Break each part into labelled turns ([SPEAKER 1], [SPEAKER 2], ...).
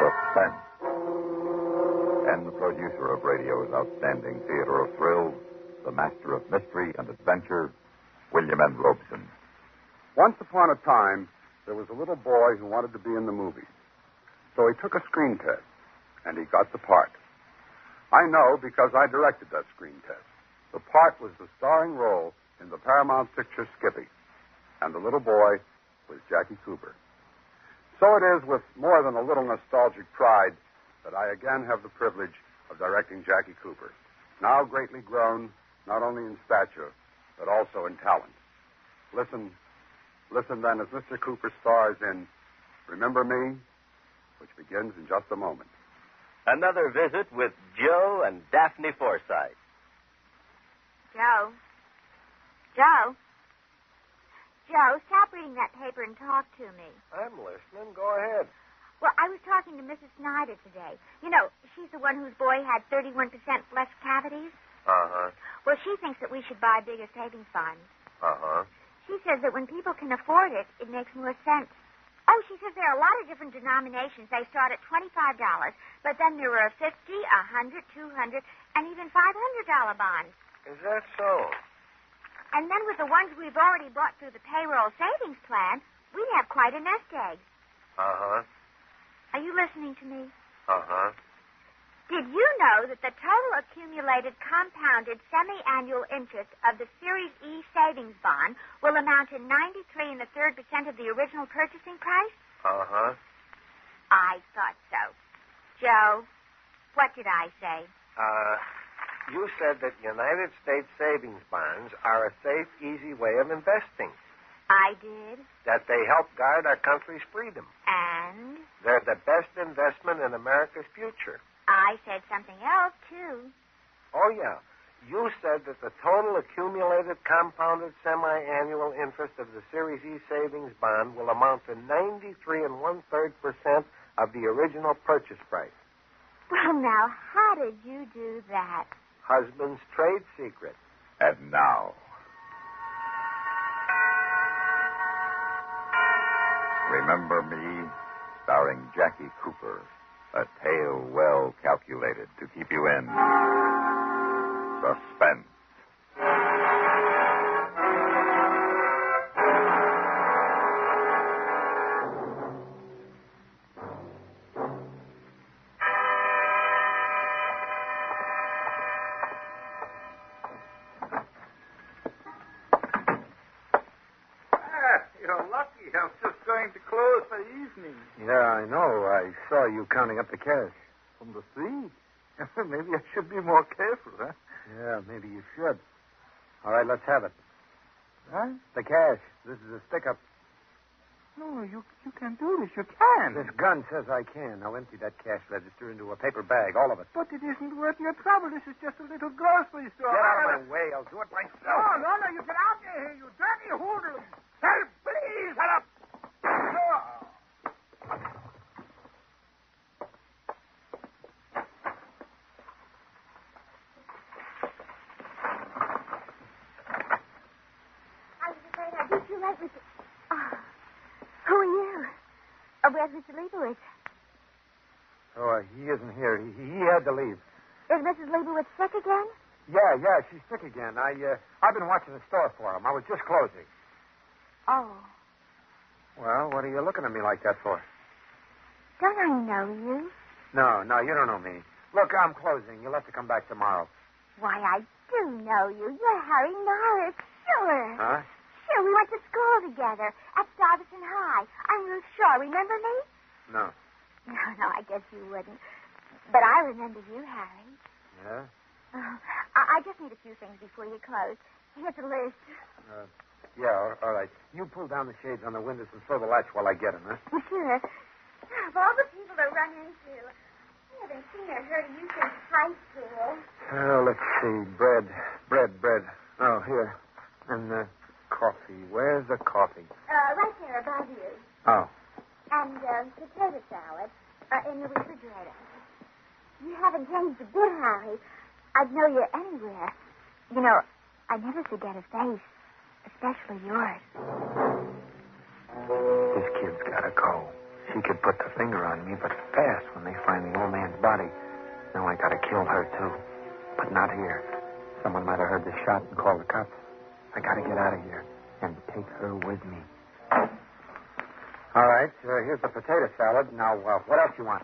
[SPEAKER 1] Suspense. And the producer of radio's outstanding theater of thrills, the master of mystery and adventure, William N. Robeson.
[SPEAKER 2] Once upon a time, there was a little boy who wanted to be in the movies. So he took a screen test, and he got the part. I know because I directed that screen test. The part was the starring role in the Paramount picture Skippy, and the little boy was Jackie Cooper. So it is with more than a little nostalgic pride that I again have the privilege of directing Jackie Cooper, now greatly grown not only in stature, but also in talent. Listen, listen then as Mr. Cooper stars in Remember Me, which begins in just a moment.
[SPEAKER 3] Another visit with Joe and Daphne Forsythe.
[SPEAKER 4] Joe. Joe. Joe, stop reading that paper and talk to me.
[SPEAKER 5] I'm listening. Go ahead.
[SPEAKER 4] Well, I was talking to Mrs. Snyder today. You know, she's the one whose boy had 31% less cavities.
[SPEAKER 5] Uh huh.
[SPEAKER 4] Well, she thinks that we should buy bigger savings bonds.
[SPEAKER 5] Uh
[SPEAKER 1] Uh-huh.
[SPEAKER 5] huh.
[SPEAKER 4] She says that when people can afford it, it makes more sense. Oh, she says there are a lot of different denominations. They start at $25, but then there are 50, 100, 200, and even $500 bonds.
[SPEAKER 5] Is that so?
[SPEAKER 4] And then with the ones we've already bought through the payroll savings plan, we'd have quite a nest egg.
[SPEAKER 5] Uh
[SPEAKER 3] Uh-huh,
[SPEAKER 5] huh.
[SPEAKER 4] Are you listening to me?
[SPEAKER 5] Uh huh.
[SPEAKER 4] Did you know that the total accumulated compounded semi-annual interest of the Series E savings bond will amount to 93 and a third percent of the original purchasing price?
[SPEAKER 5] Uh
[SPEAKER 3] uh-huh.
[SPEAKER 5] huh.
[SPEAKER 4] I thought so. Joe, what did I say?
[SPEAKER 5] Uh, you said that United States savings bonds are a safe, easy way of investing,
[SPEAKER 4] I did.
[SPEAKER 5] that they help guard our country's freedom.
[SPEAKER 4] And
[SPEAKER 5] They're the best investment in America's future.
[SPEAKER 4] I said something else, too.
[SPEAKER 5] Oh, yeah. You said that the total accumulated compounded semi annual interest of the Series E savings bond will amount to 93 and one third percent of the original purchase price.
[SPEAKER 4] Well, now, how did you do that?
[SPEAKER 5] Husband's trade secret.
[SPEAKER 1] And now. Remember Me, starring Jackie Cooper. A tale well calculated to keep you in suspense.
[SPEAKER 6] You're lucky. I'm just going to close for the evening.
[SPEAKER 7] Yeah, I know. I saw you counting up the cash.
[SPEAKER 6] From the sea? Maybe I should be more careful, huh?
[SPEAKER 7] Yeah, maybe you should. All right, let's have it.
[SPEAKER 6] Huh?
[SPEAKER 7] The cash. This is a stick up.
[SPEAKER 6] No, you you can do this. You can.
[SPEAKER 7] This gun says I can. Now empty that cash register into a paper bag, all of it.
[SPEAKER 6] But it isn't worth your trouble. This is just a little grocery store.
[SPEAKER 7] Get out of my way. I'll do it myself.
[SPEAKER 6] No, no, no. You get out of here, you dirty hoodlum. Help, please, help. Oh.
[SPEAKER 4] I was afraid I'd be too late with the... Oh. Who are you? Oh, where's Mr. Leibowitz?
[SPEAKER 7] Oh, uh, he isn't here. He, he had to leave.
[SPEAKER 4] Is Mrs. Leibowitz sick again?
[SPEAKER 7] Yeah, yeah, she's sick again. I, uh, I've been watching the store for him. I was just closing.
[SPEAKER 4] Oh,
[SPEAKER 7] Well, what are you looking at me like that for?
[SPEAKER 4] don't I know you?
[SPEAKER 7] No, no, you don't know me. Look, I'm closing. You'll have to come back tomorrow.
[SPEAKER 4] Why, I do know you. You're Harry Norris, sure.
[SPEAKER 7] Huh?
[SPEAKER 4] Sure, we went to school together at Stuyvesant High. I'm Ruth Shaw. Remember me?
[SPEAKER 7] No.
[SPEAKER 4] No, no, I guess you wouldn't. But I remember you, Harry.
[SPEAKER 7] Yeah?
[SPEAKER 4] Oh, I, I just need a few things before you close. Here's a list.
[SPEAKER 7] Uh, Yeah, all- all right. You pull down the shades on the windows and throw the latch while I get him, huh?
[SPEAKER 4] Sure. Of all the people to run into, I haven't seen or heard of you since high school.
[SPEAKER 7] Oh, let's see. Bread. Bread, bread. Oh, here. And uh, coffee. Where's the coffee?
[SPEAKER 4] Uh, right there above you.
[SPEAKER 7] Oh.
[SPEAKER 4] And um, potato salad uh, in the refrigerator. You haven't changed a bit, Harry. I'd know you anywhere. You know, I never forget a face, especially yours.
[SPEAKER 7] This kid's got to go. She could put the finger on me, but fast when they find the old man's body. Now I gotta kill her, too. But not here. Someone might have heard the shot and called the cops. I gotta get out of here and take her with me. All right, uh, here's the potato salad. Now, uh, what else you want?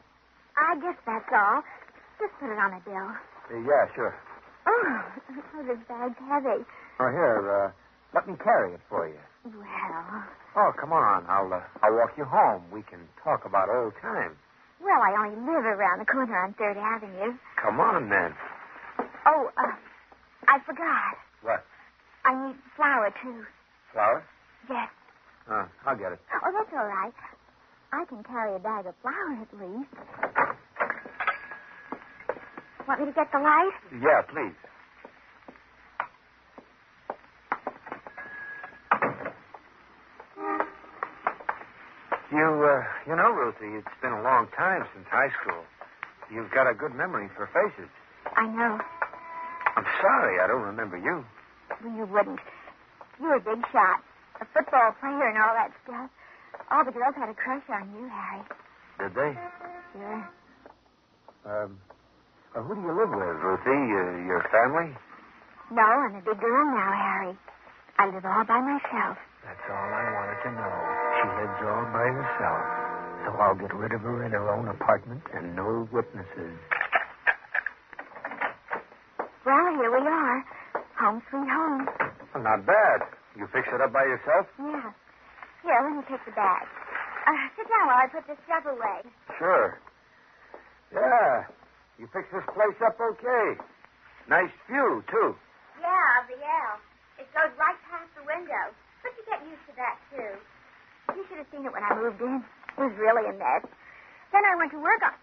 [SPEAKER 4] I guess that's all. Just put it on a bill.
[SPEAKER 7] Uh, yeah, sure.
[SPEAKER 4] Oh, this bag's heavy.
[SPEAKER 7] Oh, here, uh, let me carry it for you.
[SPEAKER 4] Well,
[SPEAKER 7] Oh, come on. I'll, uh, I'll walk you home. We can talk about old times.
[SPEAKER 4] well, I only live around the corner on Third Avenue.
[SPEAKER 7] Come on, then.
[SPEAKER 4] Oh, uh, I forgot.
[SPEAKER 7] What?
[SPEAKER 4] I need flour, too.
[SPEAKER 7] Flour?
[SPEAKER 4] Yes.
[SPEAKER 7] Uh, I'll get it.
[SPEAKER 4] Oh, that's all right. I can carry a bag of flour at least. Want me to get the light?
[SPEAKER 7] Yeah, please. You, uh, you know, Ruthie, it's been a long time since high school. You've got a good memory for faces.
[SPEAKER 4] I know.
[SPEAKER 7] I'm sorry I don't remember you.
[SPEAKER 4] Well, You wouldn't. You were a big shot, a football player, and all that stuff. All the girls had a crush on you, Harry.
[SPEAKER 7] Did they?
[SPEAKER 4] Sure.
[SPEAKER 7] Um, uh, who do you live with, Ruthie? Your, your family?
[SPEAKER 4] No, I'm a big girl now, Harry. I live all by myself.
[SPEAKER 7] That's all I wanted to know. She lives all by herself. So I'll get rid of her in her own apartment and no witnesses.
[SPEAKER 4] Well, here we are. Home sweet home.
[SPEAKER 7] Well, not bad. You fix it up by yourself?
[SPEAKER 4] Yeah. Here, let me take the bag. Uh, sit down while I put this stuff away.
[SPEAKER 7] Sure. Yeah. You fix this place up okay. Nice view, too.
[SPEAKER 4] Yeah, of the L. It goes right past the window. But you get used to that, too. You should have seen it when I moved in. It was really a mess. Then I went to work on...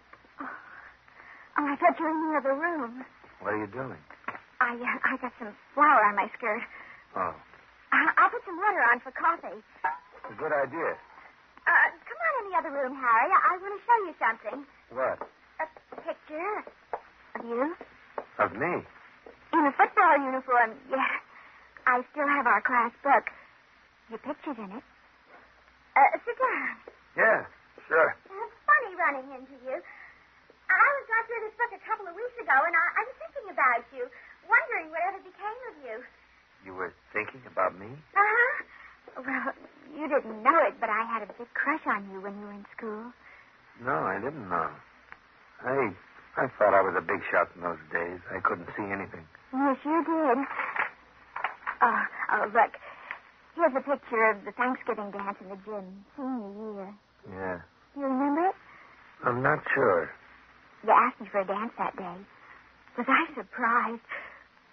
[SPEAKER 4] Oh, I thought you were in the other room.
[SPEAKER 7] What are you doing?
[SPEAKER 4] I, uh, I got some flour on my skirt. Uh,
[SPEAKER 7] Oh,
[SPEAKER 4] I- I'll put some water on for coffee.
[SPEAKER 7] it's a good idea.
[SPEAKER 4] Uh, come on in the other room, Harry. I, I want to show you something.
[SPEAKER 7] What?
[SPEAKER 4] A picture of you
[SPEAKER 7] Of me?
[SPEAKER 4] in a football uniform. Yeah, I still have our class book. Your picture's in it. Uh, sit down.
[SPEAKER 7] Yeah, sure.
[SPEAKER 4] It's funny running into you. I was going through this book a couple of weeks ago, and I, I was thinking about you, wondering whatever became of you.
[SPEAKER 7] You were thinking about me?
[SPEAKER 4] Uh huh. Well, you didn't know it, but I had a big crush on you when you were in school.
[SPEAKER 7] No, I didn't know. I I thought I was a big shot in those days. I couldn't see anything.
[SPEAKER 4] Yes, you did. Oh, oh, look. Here's a picture of the Thanksgiving dance in the gym, senior year.
[SPEAKER 7] Yeah.
[SPEAKER 4] You remember it?
[SPEAKER 7] I'm not sure.
[SPEAKER 4] You asked me for a dance that day. Was I surprised?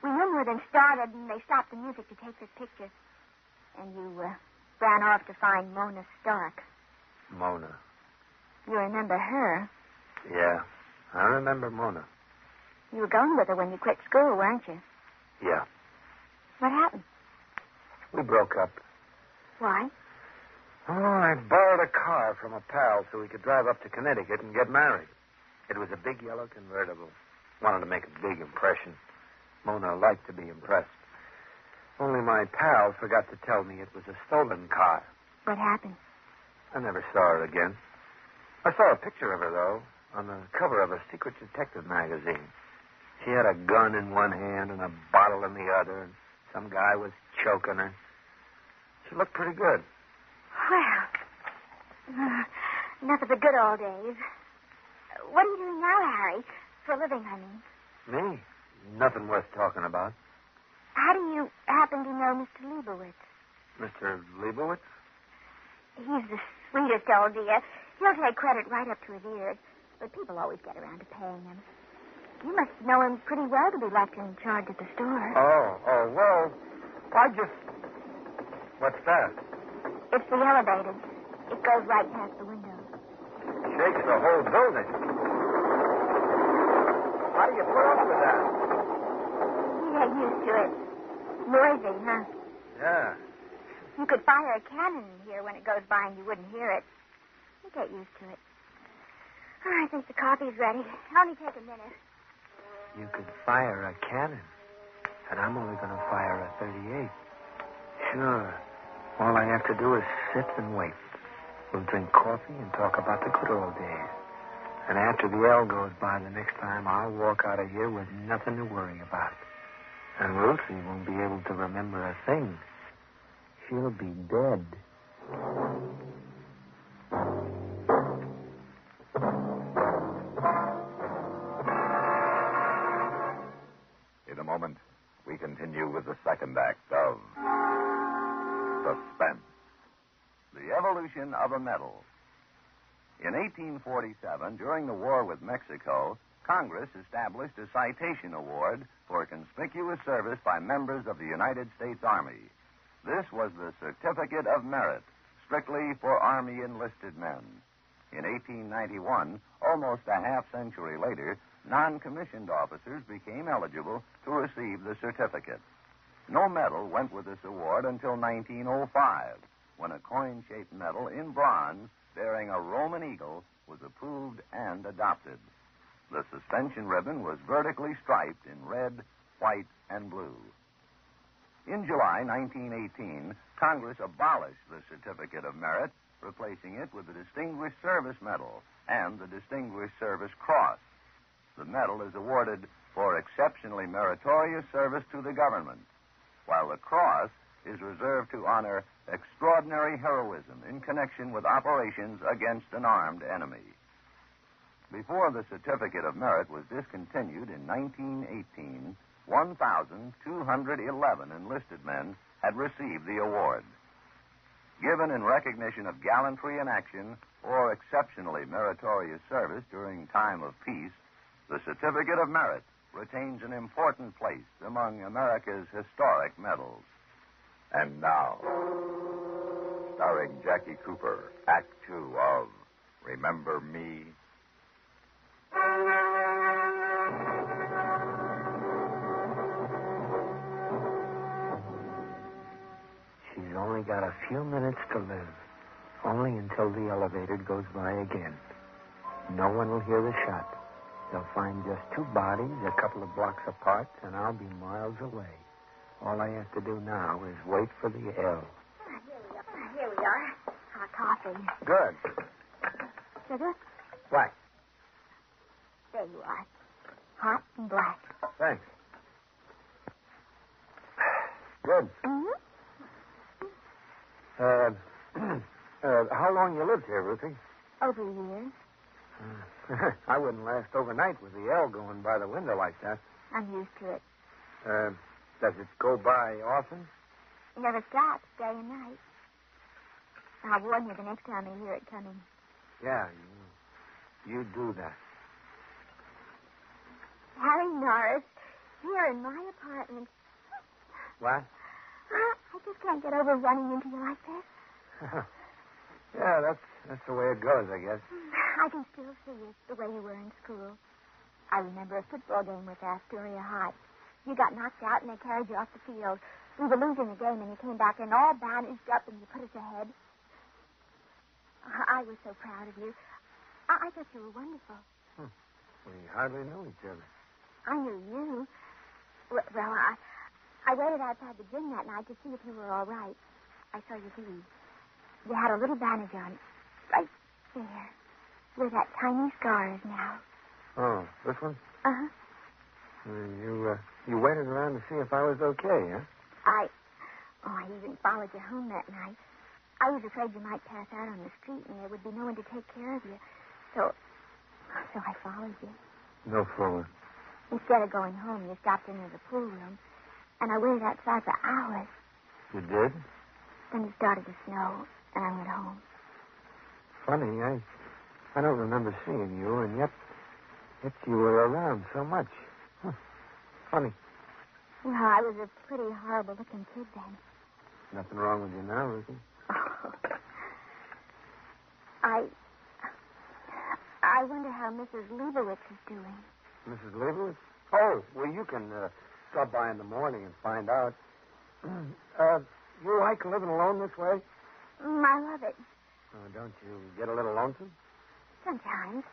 [SPEAKER 4] We rumoured and started, and they stopped the music to take this picture. And you uh, ran off to find Mona Stark.
[SPEAKER 7] Mona.
[SPEAKER 4] You remember her.
[SPEAKER 7] Yeah. I remember Mona.
[SPEAKER 4] You were going with her when you quit school, weren't you?
[SPEAKER 7] Yeah.
[SPEAKER 4] What happened?
[SPEAKER 7] We broke up.
[SPEAKER 4] Why?
[SPEAKER 7] Oh, I borrowed a car from a pal so we could drive up to Connecticut and get married. It was a big yellow convertible. Wanted to make a big impression. Mona liked to be impressed. Only my pal forgot to tell me it was a stolen car.
[SPEAKER 4] What happened?
[SPEAKER 7] I never saw her again. I saw a picture of her, though, on the cover of a secret detective magazine. She had a gun in one hand and a bottle in the other, and some guy was choking her. She looked pretty good.
[SPEAKER 4] Well, uh, enough of the good old days. Uh, What are you doing now, Harry? For a living, I mean.
[SPEAKER 7] Me? Nothing worth talking about.
[SPEAKER 4] How do you happen to know Mr. Leibowitz?
[SPEAKER 7] Mr. Leibowitz?
[SPEAKER 4] He's the sweetest old dear. He'll take credit right up to his ears. But people always get around to paying him. You must know him pretty well to be left in charge at the store.
[SPEAKER 7] Oh, oh, well, I just. What's that?
[SPEAKER 4] It's the elevator. It goes right past the window.
[SPEAKER 7] Shakes the whole building. How do you put up with that?
[SPEAKER 4] You get used to it. Noisy, huh?
[SPEAKER 7] Yeah.
[SPEAKER 4] You could fire a cannon in here when it goes by and you wouldn't hear it. You get used to it. Oh, I think the coffee's ready. Only take a minute.
[SPEAKER 7] You could fire a cannon, and I'm only going to fire a 38. Sure. All I have to do is sit and wait. We'll drink coffee and talk about the good old days. And after the L goes by the next time, I'll walk out of here with nothing to worry about. And Lucy won't be able to remember a thing. She'll be dead.
[SPEAKER 1] In a moment, we continue with the second act of Suspense. The evolution of a metal. In 1847, during the war with Mexico, Congress established a citation award for conspicuous service by members of the United States Army. This was the Certificate of Merit, strictly for Army enlisted men. In 1891, almost a half century later, non commissioned officers became eligible to receive the certificate. No medal went with this award until 1905, when a coin shaped medal in bronze bearing a Roman eagle was approved and adopted. The suspension ribbon was vertically striped in red, white, and blue. In July 1918, Congress abolished the Certificate of Merit, replacing it with the Distinguished Service Medal and the Distinguished Service Cross. The medal is awarded for exceptionally meritorious service to the government, while the cross is reserved to honor extraordinary heroism in connection with operations against an armed enemy. Before the Certificate of Merit was discontinued in 1918, 1,211 enlisted men had received the award. Given in recognition of gallantry in action or exceptionally meritorious service during time of peace, the Certificate of Merit retains an important place among America's historic medals. And now, starring Jackie Cooper, Act Two of Remember Me.
[SPEAKER 7] She's only got a few minutes to live. Only until the elevator goes by again. No one will hear the shot. They'll find just two bodies a couple of blocks apart, and I'll be miles away. All I have to do now is wait for the L.
[SPEAKER 4] Ah, here we are. Ah, Here we are. Our coffee.
[SPEAKER 7] Good.
[SPEAKER 4] Sugar?
[SPEAKER 7] What?
[SPEAKER 4] There you are. Hot and black.
[SPEAKER 7] Thanks. Good.
[SPEAKER 4] Mm-hmm.
[SPEAKER 7] Uh, uh, how long you lived here, Ruthie?
[SPEAKER 4] Over years.
[SPEAKER 7] I wouldn't last overnight with the L going by the window like that.
[SPEAKER 4] I'm used to it.
[SPEAKER 7] Uh, does it go by often?
[SPEAKER 4] It never stops, day and night. I'll warn you the next time I hear it coming.
[SPEAKER 7] Yeah, you, you do that.
[SPEAKER 4] Harry Norris, here in my apartment.
[SPEAKER 7] What?
[SPEAKER 4] Ah, I just can't get over running into you like this.
[SPEAKER 7] yeah, that's that's the way it goes, I guess.
[SPEAKER 4] I can still see you the way you were in school. I remember a football game with Astoria High. You got knocked out and they carried you off the field. We were losing the game and you came back in all bandaged up and you put us ahead. I I was so proud of you. I, I thought you were wonderful.
[SPEAKER 7] We hardly know each other.
[SPEAKER 4] I knew you. Well, well, I, I waited outside the gym that night to see if you were all right. I saw you leave. You had a little bandage on, right there, where that tiny scar is now.
[SPEAKER 7] Oh, this one?
[SPEAKER 4] Uh huh.
[SPEAKER 7] Uh, You uh, you waited around to see if I was okay, huh?
[SPEAKER 4] I, oh, I even followed you home that night. I was afraid you might pass out on the street and there would be no one to take care of you. So, so I followed you.
[SPEAKER 7] No fooling.
[SPEAKER 4] Instead of going home, you stopped into the pool room, and I waited outside for hours.
[SPEAKER 7] You did?
[SPEAKER 4] Then it started to snow, and I went home.
[SPEAKER 7] Funny, I I don't remember seeing you, and yet yet you were around so much. Huh. Funny.
[SPEAKER 4] Well, I was a pretty horrible looking kid then.
[SPEAKER 7] Nothing wrong with you now, Ruthie.
[SPEAKER 4] I. I wonder how Mrs. Leibowitz is doing.
[SPEAKER 7] Mrs. Leibowitz? Oh, well, you can uh, stop by in the morning and find out. uh, you like living alone this way?
[SPEAKER 4] Mm, I love it
[SPEAKER 7] Oh, don't you get a little lonesome?
[SPEAKER 4] sometimes.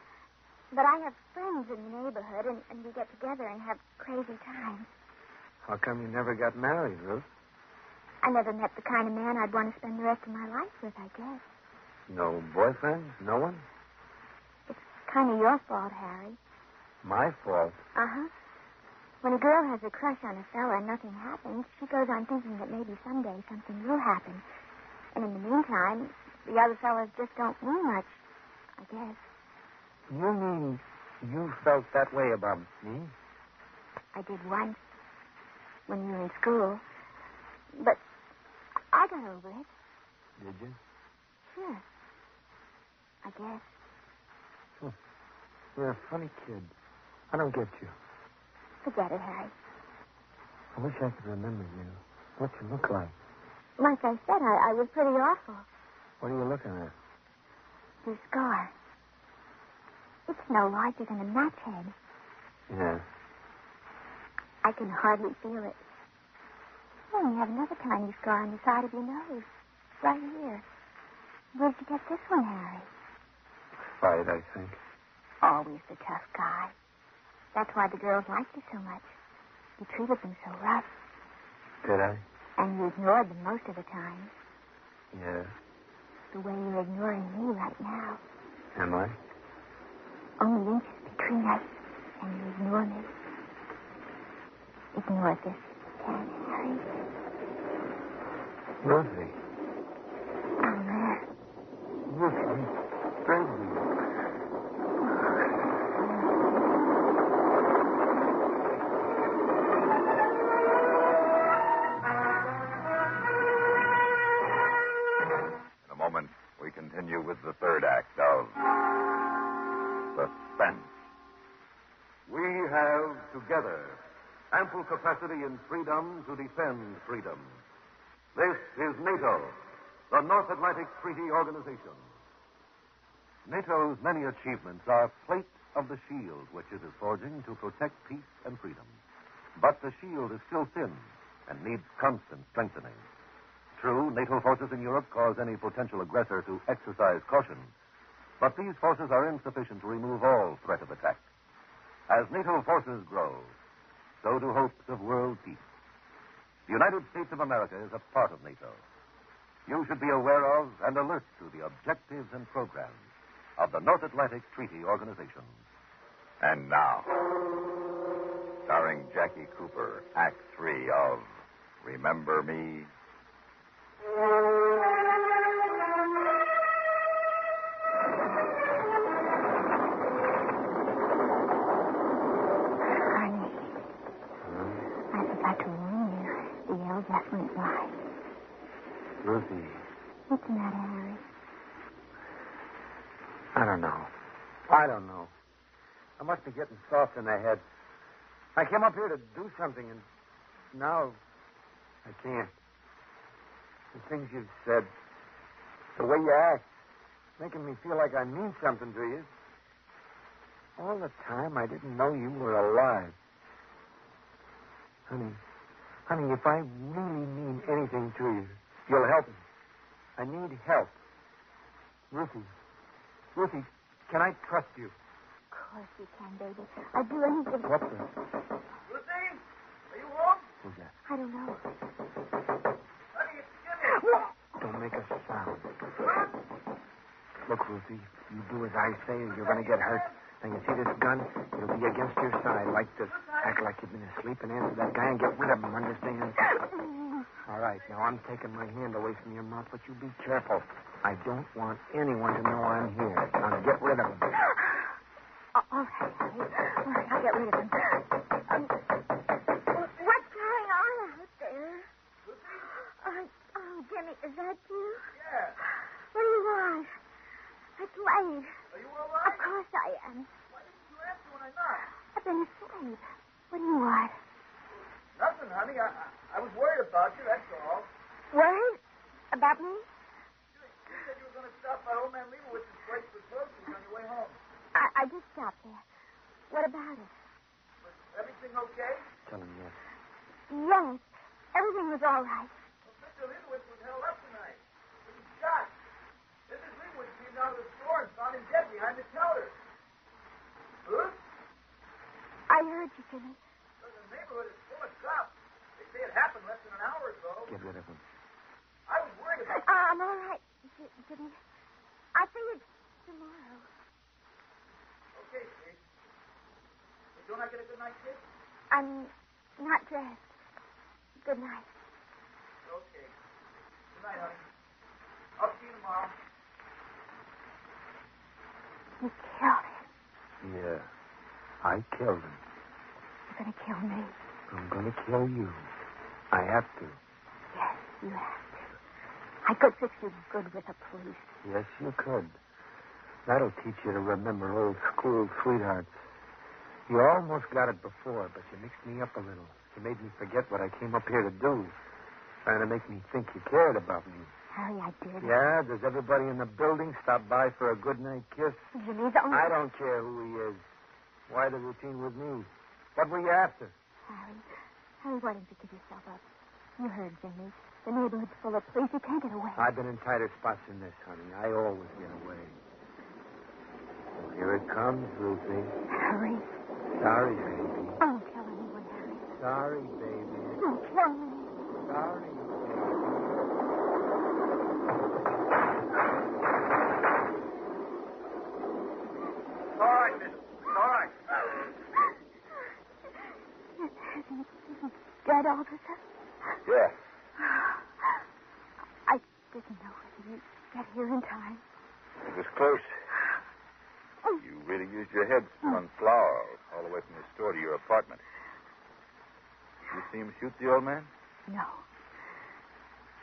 [SPEAKER 4] But I have friends in the neighborhood, and, and we get together and have crazy times.
[SPEAKER 7] How come you never got married, Ruth?
[SPEAKER 4] I never met the kind of man I'd want to spend the rest of my life with, I guess.
[SPEAKER 7] No boyfriends? No one?
[SPEAKER 4] Kind of your fault, Harry.
[SPEAKER 7] My fault.
[SPEAKER 4] Uh huh. When a girl has a crush on a fella and nothing happens, she goes on thinking that maybe someday something will happen. And in the meantime, the other fellas just don't mean much, I guess.
[SPEAKER 7] You mean you felt that way about me?
[SPEAKER 4] I did once when you were in school. But I got over it.
[SPEAKER 7] Did you?
[SPEAKER 4] Sure. I guess.
[SPEAKER 7] You're a funny kid. I don't get you.
[SPEAKER 4] Forget it, Harry.
[SPEAKER 7] I wish I could remember you. What you look like.
[SPEAKER 4] Like I said, I, I was pretty awful.
[SPEAKER 7] What are you looking at?
[SPEAKER 4] Your scar. It's no larger than a match head.
[SPEAKER 7] Yeah.
[SPEAKER 4] I can hardly feel it. Oh, you have another tiny scar on the side of your nose. Right here. Where'd you get this one, Harry?
[SPEAKER 7] Fight, I think.
[SPEAKER 4] Always the tough guy. That's why the girls liked you so much. You treated them so rough,
[SPEAKER 7] Did I?
[SPEAKER 4] and you ignored them most of the time.
[SPEAKER 7] Yeah.
[SPEAKER 4] The way you're ignoring me right now.
[SPEAKER 7] Am I?
[SPEAKER 4] Only inches between us, and you ignore me. Ignore this, can Harry?
[SPEAKER 7] Rosie.
[SPEAKER 4] Oh, man.
[SPEAKER 7] Rosie. Rosie.
[SPEAKER 8] In a moment, we continue with the third act of Suspense. We have together ample capacity and freedom to defend freedom. This is NATO, the North Atlantic Treaty Organization. NATO's many achievements are plate of the shield which it is forging to protect peace and freedom. But the shield is still thin and needs constant strengthening. True, NATO forces in Europe cause any potential aggressor to exercise caution, but these forces are insufficient to remove all threat of attack. As NATO forces grow, so do hopes of world peace. The United States of America is a part of NATO. You should be aware of and alert to the objectives and programs of the North Atlantic Treaty Organization. And now, starring Jackie Cooper, Act Three of Remember Me,
[SPEAKER 4] Honey, I forgot to warn you. The L just went by.
[SPEAKER 7] Rosie.
[SPEAKER 4] What's the matter, Harry?
[SPEAKER 7] I don't know. I don't know. I must be getting soft in the head. I came up here to do something, and now I can't. The things you've said, the way you act, making me feel like I mean something to you. All the time I didn't know you were alive. Honey, honey, if I really mean anything to you, you'll help me. I need help. Ruthie, Ruthie, can I trust you?
[SPEAKER 4] Of course you can, baby. I'd do anything.
[SPEAKER 7] What the? Oh,
[SPEAKER 9] Lucy, are you warm?
[SPEAKER 7] Who's that?
[SPEAKER 4] I don't know.
[SPEAKER 9] Honey, it's Jimmy.
[SPEAKER 7] Don't make a sound. Look, Ruthie, you do as I say or you're going to get hurt. Now, you see this gun? It'll be against your side like this. Act like you've been asleep and answer that guy and get rid of him, understand? All right, now I'm taking my hand away from your mouth, but you be careful. I don't want anyone to know I'm here. Now, get rid of him.
[SPEAKER 4] Oh, All right, Harry. All right, I'll get rid of him. Um, what's going on out there? Oh, oh, Jimmy, is that you?
[SPEAKER 9] Yeah.
[SPEAKER 4] What do you want? It's late.
[SPEAKER 9] Are you all
[SPEAKER 4] Of
[SPEAKER 9] right?
[SPEAKER 4] course I am.
[SPEAKER 9] Why didn't you answer when I knocked?
[SPEAKER 4] I've been asleep. What do you want?
[SPEAKER 9] Nothing, honey. I, I, I was worried about you, that's all.
[SPEAKER 4] Worried about me?
[SPEAKER 9] You said you were going to stop by old man Leibovitz's place for groceries on your way home.
[SPEAKER 4] I, I did stop there. What about it?
[SPEAKER 9] Was everything okay?
[SPEAKER 7] Tell him yes.
[SPEAKER 4] Yes, everything was all right.
[SPEAKER 9] Well, Mr. Leibowitz was held up tonight. He was shot. Mrs. Leibowitz came down to the store and found him dead behind the counter. Huh?
[SPEAKER 4] I heard you, Jimmy.
[SPEAKER 9] Well, the neighborhood is full of cops. They say it happened less than an hour ago.
[SPEAKER 7] Get rid of him.
[SPEAKER 9] I was worried about
[SPEAKER 4] Uh, I'm all right, J- Jimmy.
[SPEAKER 6] Don't I get a good night's sleep?
[SPEAKER 4] I'm not dressed. Good night.
[SPEAKER 6] Okay. Good night, honey. I'll see you tomorrow.
[SPEAKER 4] You killed him.
[SPEAKER 7] Yeah. I killed him.
[SPEAKER 4] You're going to kill me.
[SPEAKER 7] I'm going to kill you. I have to.
[SPEAKER 4] Yes, you have to. I could fix you good with the police.
[SPEAKER 7] Yes, you could. That'll teach you to remember old school sweethearts. You almost got it before, but you mixed me up a little. You made me forget what I came up here to do. Trying to make me think you cared about me.
[SPEAKER 4] Harry, I did.
[SPEAKER 7] Yeah, does everybody in the building stop by for a good night kiss?
[SPEAKER 4] Jimmy's only...
[SPEAKER 7] I don't care who he is. Why the routine with me? What were you after?
[SPEAKER 4] Harry, Harry, why don't you give yourself up? You heard Jimmy. The neighborhood's full of police. You can't get away.
[SPEAKER 7] I've been in tighter spots than this, honey. I always get away. Well, here it comes, Ruthie.
[SPEAKER 4] Harry,
[SPEAKER 7] Sorry, baby.
[SPEAKER 4] don't kill anyone, Harry.
[SPEAKER 7] Sorry, baby.
[SPEAKER 4] Don't kill me.
[SPEAKER 7] Sorry.
[SPEAKER 2] All right, miss. All right.
[SPEAKER 4] Dead, officer?
[SPEAKER 2] Yeah.
[SPEAKER 4] I didn't know whether you'd get here in time.
[SPEAKER 2] It was close. You really used your head on flour all the way from the store to your apartment. Did you see him shoot the old man?
[SPEAKER 4] No.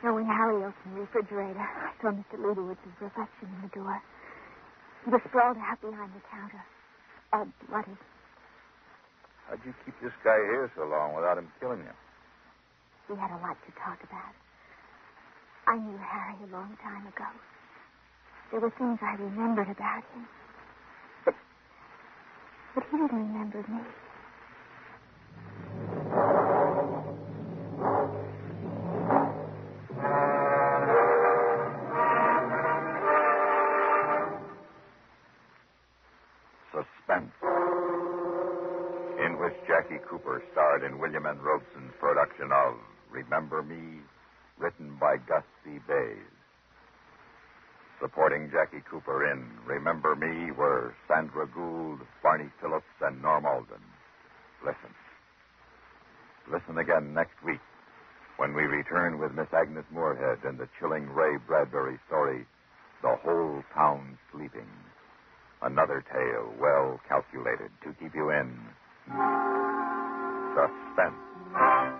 [SPEAKER 4] No, when Harry opened the refrigerator, I saw Mr. Leaderwood's reflection in the door. He was sprawled out behind the counter, all bloody.
[SPEAKER 2] How'd you keep this guy here so long without him killing him?
[SPEAKER 4] We had a lot to talk about. I knew Harry a long time ago. There were things I remembered about him. But, but he didn't remember me.
[SPEAKER 1] Suspense, in which Jackie Cooper starred in William N. Robeson's production of Remember Me, written by Gus C. Bays. Supporting Jackie Cooper in Remember Me were Sandra Gould, Barney Phillips, and Norm Alden. Listen. Listen again next week when we return with Miss Agnes Moorehead and the chilling Ray Bradbury story, The Whole Town Sleeping. Another tale well calculated to keep you in suspense.